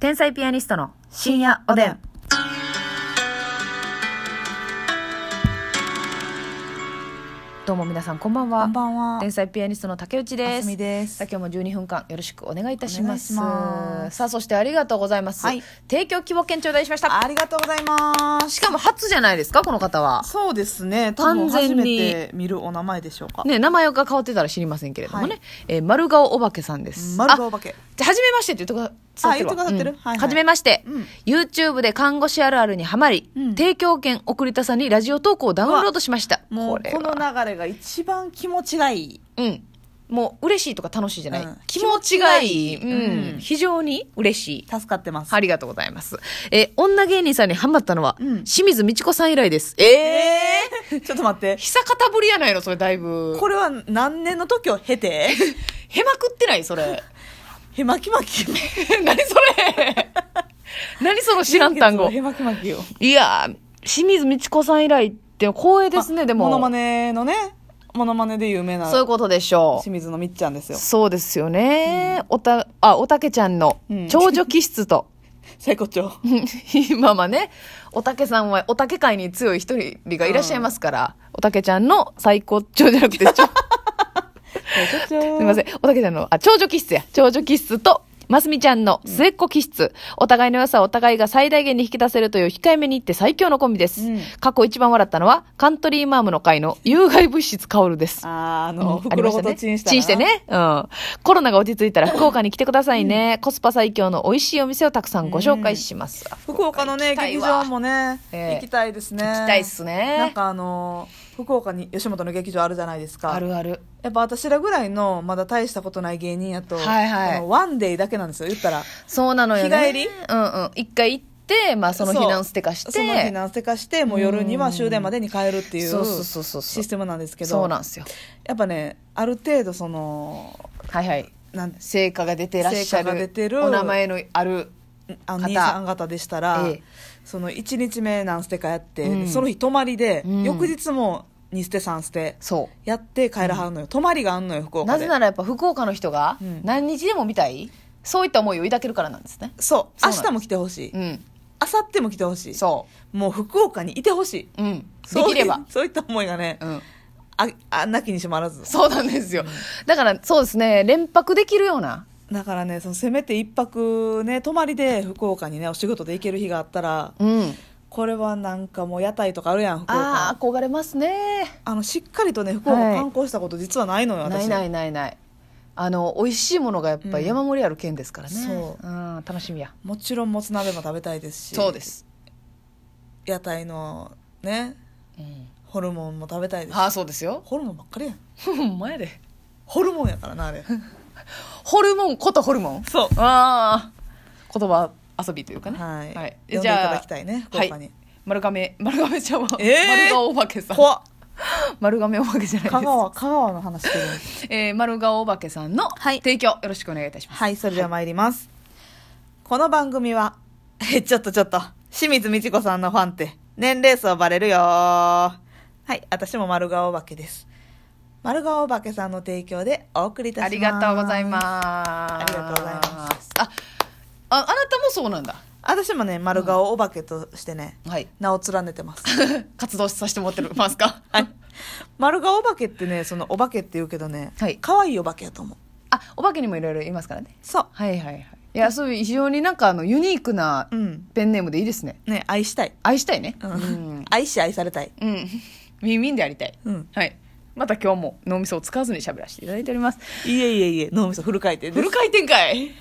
天才ピアニストの深夜おでん。どうも皆さんこんばんは。こんばんは。天才ピアニストの竹内です。あすみですさあ今日も12分間よろしくお願いいたします。お願いしますさあそしてありがとうございます。はい提供希望券頂戴しました。ありがとうございます。しかも初じゃないですかこの方は。そうですね。多完分全に初めて見るお名前でしょうか。ね名前が変わってたら知りませんけれどもね。はいえー丸顔お化けさんです。丸顔お化け。じゃあ、はじめましてって言ってくださってるわ。あ言ってくださってるうんはいはいはじめまして、うん YouTube で看護師あるあるにハマり、うん提供券送りたさにラジオ投稿をダウンロードしました。もうれこのは流れが一番気持ちがいい。うん。もう嬉しいとか楽しいじゃない。うん気持ちがいい。気持ちがいいうん。うん非常に嬉しい。助かってます。ありがとうございます。えー女芸人さんにハマったのは、うん清水美智子さん以来です。えええー、 ちょっと待って。久方ぶりやないのそれだいぶ。これは何年の時を経 て、へまくってないそれ。 へまきまき。何それ 何その知らん単語へ。まきまきよ。いやー、清水美智子さん以来って光栄ですね、あでも。モノマネのね、モノマネで有名なそういうことでしょ清水のみっちゃんですう。よ。そうですよね。おた、あ、おたけちゃんのうん長女気質と、最高潮。今 まね、おたけさんは、おたけ界に強い一人がいらっしゃいますから、おたけちゃんの最高長じゃなくて、 ちょす最 高潮。みません、おたけちゃんの、あ、長女気質や、長女気質と、ますみちゃんの末っ子気質、お互いの良さをお互いが最大限に引き出せるという控えめに言って最強のコンビです。うん過去一番笑ったのは、カントリーマームの会の有害物質カオルです。あー、あうんの、ありま袋しごたとねチンしたなチンして。ね。うん。コロナが落ち着いたら福岡に来てくださいね。コスパ最強の美味しいお店をたくさんご紹介します。福岡のね行きたい劇わ場もね、ええ行きたいですね行きたいっすねなんかあの福岡に吉本の劇場あるじゃないですかあるある。やっぱ私らぐらいのまだ大したことない芸人やと、はいはいあのワンデイだけなんですよ言ったらそうなのよね。日帰りうんうん。一回行って、まあその避難捨てかして。その避難せかしてもう夜には終電までに帰るっていうそうそうそうそうそうシステムなんですけどそうなんですよ。やっぱねある程度そのはいはい。なん成果が出てらっしゃ成果がる。出てるお名前のある。あの方兄さん方でしたら、ええその1日目何捨てかやって、うんその日泊まりで、うん翌日も2捨て3捨てそやって帰らはんのよ、泊まりがあんのよ福う。岡なでぜならやっぱ福岡の人がうん何日でも見たい、そういった思いを抱けるからなんですね。そうそうなん明です日も来てほしい、うん。明後日も来てほしいそ。もう福岡にいてほしいううん。でそうきれば。そういった思いがね、うん。ああなきにしもあらずそうなんですよ。だから、そうですね、連泊できるような。だからねそのせめて一泊ね泊まりで福岡にねお仕事で行ける日があったらうん。これはなんかもう屋台とかあるやん福あ岡あ、憧れますね。あのしっかりとね福岡はい観光したこと実はないのよ、な私いないないない。あの、美味しいものがやっぱりうん山盛りある県ですからね。そううん、楽しみや。もちろんもつ鍋も食べたいですしす。屋台のねうん。ホルモンも食べたいですしああ、そうですよ。ホルモンばっかりやんほんまやで。ホルモンやからな あれホルモンことホルモン。そうああ。言葉遊びというかね。はい、はい。呼んでいただきたいね福岡に、はい、丸亀、丸亀ちゃんは、えー丸顔お化けさん。怖っ 丸亀お化けじゃないで香す。川香川の話してるえー、丸顔お化けさんの提供、よろしくお願いいたします。はいそれでは参ります、この番組はえちょっとちょっと清水美智子さんのファンって年齢層バレるよはい私も丸顔お化けです丸顔お化けさんの提供でお送りいたしますありがとうございます。。ありがとうございますあ、ああなたもそうなんだ。私もね丸顔お化けとしてね、はい。名を連ねてます 活動させてもらってますか。はい。 丸顔お化けってね、そのお化けって言うけどね、はい可愛いお化けやと思う。あ、お化けにもいろいろいますからね。そはいはいはい。いや、そういう非常になんかあのユニークなう。うん。ペンネームでいいですね。ね、愛したい。愛したいね。うん。うん。愛し愛されたい。うん。ウィンウィンでありたい。うん。はい。また今日も脳みそを使わずに喋らせていただいております。いえいえいえ、脳みそフル回転でフすル。回転か い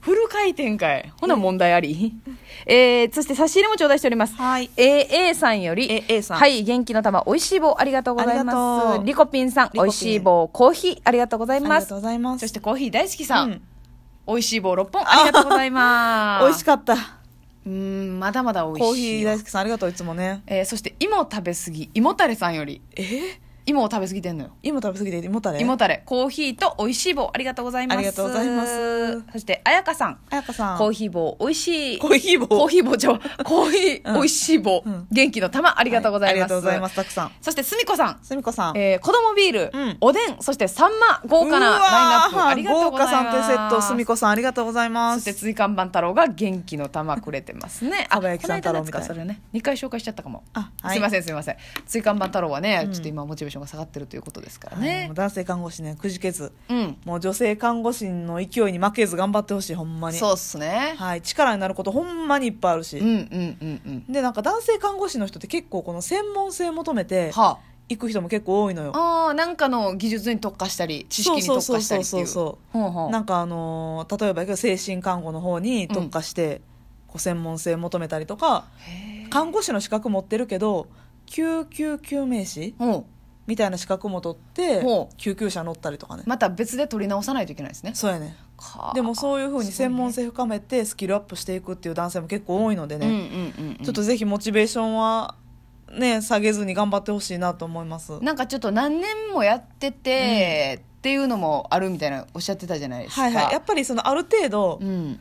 フル回転かいほな問題あり、えー、そして差し入れも頂戴しておりますはい AA さんより AA さんはい元気の玉おいしい棒ありがとうございあまりがすとうリコピンさんリコおピンいしい棒コーヒーありがとうございありがまとすうございます。そしてコーヒー大好きさん、うんおいしい棒6本ありがとうございます美味しかった。うーんまだまだおいしいコーヒー大好き、好きさんありがとう、いつもね。えー、そして芋食べ過ぎ芋たれさんよりえ芋を食べ過ぎてんのよ。芋食べ過ぎて芋たれ芋たれ。コーヒーと美味しい棒、ありがとうございます。ありがとうございます。そして、あやかさん。あやかさんコーヒー棒、美味しい。コーヒー棒コーヒー棒ちゃうコーヒー、うん美味しい棒、うん元気の玉、ありがとうございます。ありがとうございますたくさんそして、すみこさん。すみこさんえー、子供ビール、うんおでん、そしてサンマ、豪華なラインナップ。ありがとう豪ござい華ます。三点セットすみこさんありがとうございまそすして追看番太郎が元気の玉くれてますね。 あ、かばやきさん太郎みたいなこの間ですかそれね、二回紹介しちゃったかも。あはいすいませんすいません。追看番太郎はね、うんちょっと今モチベーションが下がってるということですからはいねもう。男性看護師ねくじけずうん。もう女性看護師の勢いに負けず頑張ってほしいほんまにそうっすね。はい、力になることほんまにいっぱいあるし、うんうんうんうん。でなんか男性看護師の人って結構この専門性求めては行く人も結構多いのよあ。ああ、なんかの技術に特化したり、知識に特化したりっていう。そうそうそうそうほうほうなんかあのー例えばやけど精神看護の方に特化して、こう専門性求めたりとかへえ看護師の資格持ってるけど救急救命士ほみたいな資格も取ってほう救急車乗ったりとかねう。また別で取り直さないといけないですね。そうやねかでもそういうふうに専門性性深めてスキルアップしていくっていう男性も結構多いのでね、うんうんうんうん。ちょっとぜひモチベーションはね下げずに頑張ってほしいなと思いますなんかちょっと何年もやってて、っていうのもあるみたいなおっしゃってたじゃないですか。はいはいやっぱりそのある程度う、ん。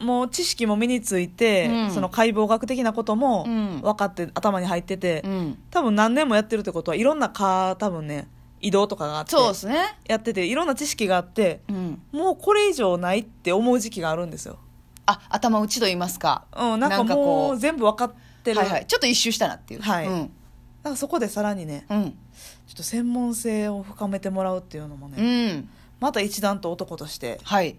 もう知識も身について、うんその解剖学的なこともうん分かって、頭に入ってて、うん。多分何年もやってるってことはいろんな科多分ね移動とかがあってそうですね。やってていろんな知識があってうん。もうこれ以上ないって思う時期があるんですよ、あ、頭打ちと言いますか。うん、なんかもう全部分かってるはいはい。ちょっと一周したなっていう。はいうん。なんかそこでさらにねうん。ちょっと専門性を深めてもらうっていうのもね、うん。また一段と男としてはい。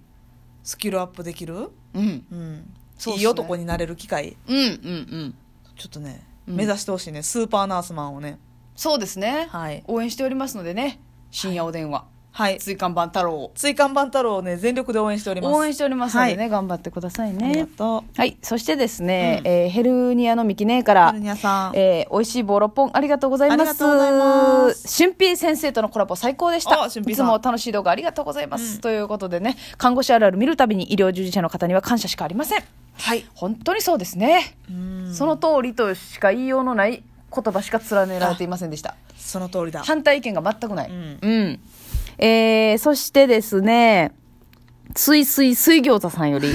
スキルアップできる、うん。うんそうっすねいい男になれる機会うんうんうん。ちょっとね、うん目指してほしいねスーパーナースマンをねそうですね。はい応援しておりますのでね。深夜お電話。はい追看版太郎を。追看番太郎をね全力で応援しております応援しておりますのでね、頑張ってくださいはい、ありがね。とはい。そしてですね、うんえーヘルニアのミキネーかうらはる、にゃさん、えー、美味しい棒6本ありがとうございます。ありがとうございます俊平先生とのコラボ最高でした。あ俊平いつさんも楽しい動画ありがとうございます。うんということでね、看護師あるある見るたびに医療従事者の方には感謝しかありません。はい本当にそうですね。うんその通りとしか言いようのない言葉しか連ねられていませんでした。その通りだ反対意見が全くない。うんうんえー、そしてですね、すいすい水餃子さんよ り、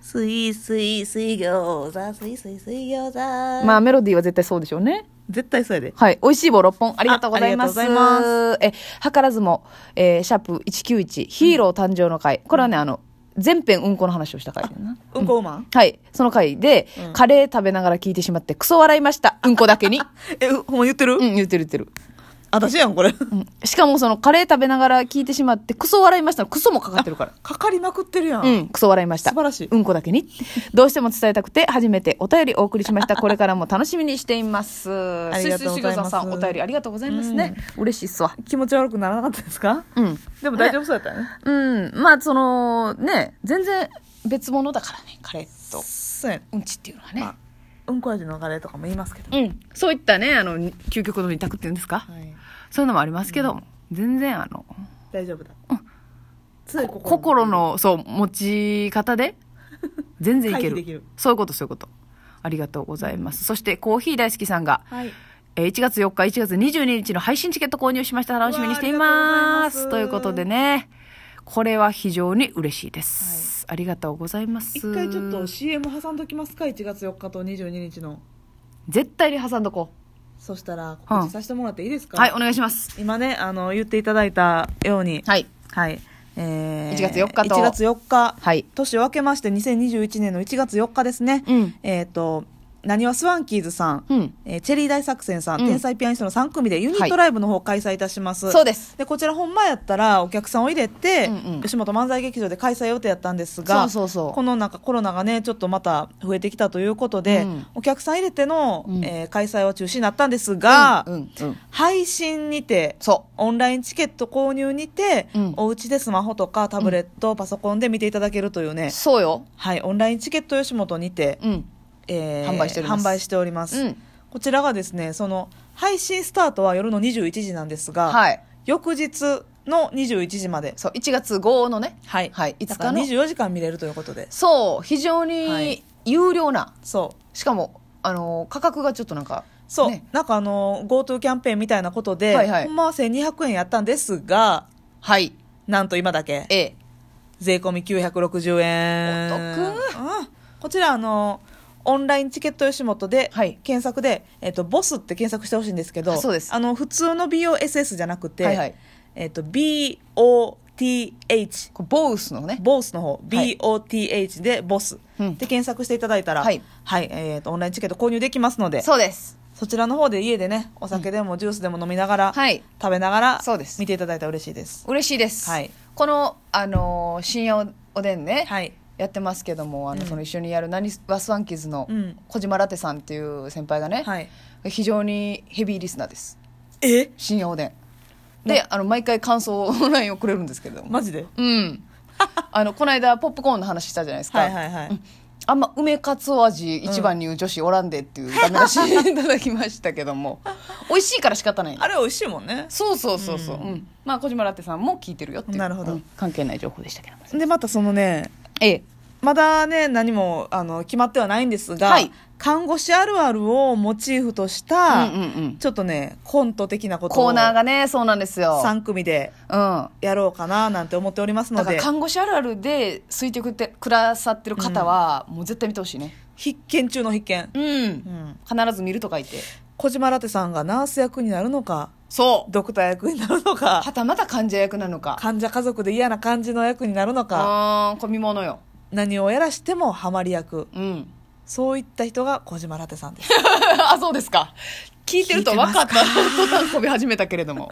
すいすい水餃子すいすい水餃子ままああメロディーは絶対そうでしょうね。絶対そうやではい。美味しい棒6本、ありがとうございます。あありがとうごえ、図らずも、えーシャープ191、ヒーロー誕生の会。これはね、あの、全編うんこの話をした回だよな。うんこウーマン、はい。その回で、うんカレー食べながら聞いてしまって、クソ笑いました。うんこだけに。え うほんま言ってる、うん、言ってる言ってる。私やんこれ、うんしかも、その、カレー食べながら聞いてしまって、クソ笑いましたのクソもかかってるから。かかりまくってるやん、うん、クソ笑いました。素晴らしいうんこだけに。どうしても伝えたくて、初めてお便りお送りしました。 これからも楽しみにしています。あありがとうございますさん、お便りありがとうございますね。嬉しいっすわ。気持ち悪くならなかったですかうん。でも大丈夫そうやったよねうん、まあそのね全然別物だからねカレーとそうやねうんちっていうのはまあねうんこ味のカレーとかも言いますけど、うんそういったねあの究極の二択っていうんですか、はい、そういうのもありますけど、全然あの大丈夫だ、強いこ心心のそう持ち方で全然いけ回避るできるそういうことそういうことありがとうございます、そしてコーヒー大好きさんがはいえー1月4日、1月22日の配信チケット購入しました。楽しみにしています。うわとーありがとうございうこいますとでね、これは非常に嬉しいです。ありがとうございます。一回ちょっと CM 挟んどきますか1月4日と22日の絶対に挟んどこそしたら告知させてもらっていいですう。か、はい、お願いします。今ねあの言っていただいたようにはい。はい、えー、 1月4日と1月4日はい。年を明けまして2021年の1月4日ですね、うんえっ、となにわスワンキーズさん、うん。えーチェリー大作戦さん、うん天才ピアニストの3組でユニットライブの方を開催いたします、そうです。でこちら本前やったらお客さんを入れて、うんうん吉本漫才劇場で開催予定やったんですそがうそうそうこのなんかコロナがねちょっとまた増えてきたということで、うんお客さん入れての、うんえー開催は中止になったんですが、うん、うん、うん。配信にてそオンラインチケット購入にて、うんお家でスマホとかタブレット、パソコンで見ていただけるというねう。、そうよ。はい、オンラインチケット吉本にて、うん。えー販売しております販売しておりますうんこちらがですねその配信スタートは夜の21時なんですが、はい。翌日の21時までそう、1月5のね。はい、はい。いだつからかの。 24時間見れるということでそう、非常はにい有料な。そしかも、あのー、価格がちょっとなんか、うそう、ねなんかあの GoTo キャンペーンみたいなことで、はいはいほんまは1200円やったんですがはい。なんと今だけええ。税込み960円お得うんこちらあのオンラインチケット吉本で、はい検索で、えっとボスって検索してほしいんですけどあそうですあの普通の BOSS じゃなくて、はいはいえっと BOTH これボウスのね。ボースの方、はい BOTH でボスうんで検索していただいたら、ははいい、えっ、と、オンラインチケット購入できますので、そそうです。ちらの方で家でね、お酒でもジュースでも飲みながら、はい食べながら、そうです見ていただいたら嬉しいです。嬉しいです。はいこの、あのー深夜おおでんね。はい。やってますけどもあの、うんその一緒にやる何ワスワンキズのうん小島ラテさんっていう先輩がね、はい。非常にヘビーリスナーですえ深夜おでんで、あの毎回感想をオンラインをくれるんですけれども、マジでうん あのこの間ポップコーンの話したじゃないですか、はいはいはい。あんま梅かつお味一番に言う女子おらんでっていうダメ出しいただきましたけど も美味しいから仕方ないあれ美味しいもんね。そうそうそうそう、ううんんまあ小島ラテさんも聞いてるよっていうなるほどうん関係ない情報でしたけどもで、またそのね、ええまだね、何も、あの、決まってはないんですが、はい看護師あるあるをモチーフとしうんた、うんうんちょっとね、コント的なことを、コーナーがねそうなんですよ3組でうんやろうかな、なんて思っておりますのだかでら。看護師あるあるで空いてくってくださってる方は、もう絶対見てほしいね必見中の必見、うん、うん、必ず見ると書いて小島ラテさんがナース役になるのかそうドクター役になるのかはたまた患者役なのか患者家族で嫌な感じの役になるのかあーこれ見ものよ何をやらしてもハマり役うん そういった人が小島ラテさんですあそうですか聞いてると分かった こび始めたけれども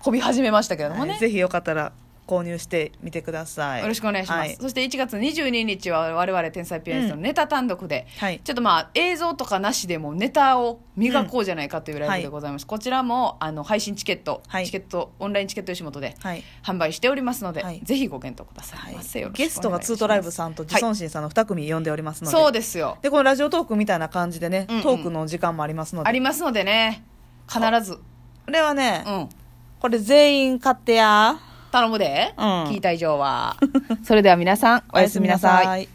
こび始めましたけれどもね、はいぜひよかったら購入してみてくださいよろしくお願いします、はいそして1月22日は我々天才ピアニストのネタ単独で、はいちょっとまあ映像とかなしでもネタを磨こうじゃないかというライブでございます、こちらもあの配信チケット、はいチケットオンラインチケット吉本ではい販売しておりますので、はいぜひご検討くださはいいませ、よろしくゲストがツートライブさんと自はい尊心さんの2組呼んでおりますので、そうですよでこのラジオトークみたいな感じでね、うんうんトークの時間もありますのあでりますのでね必ずこれはね、うんこれ全員買ってや頼むで、うん聞いた以上はそれでは皆さんおおややすすみみななさいさい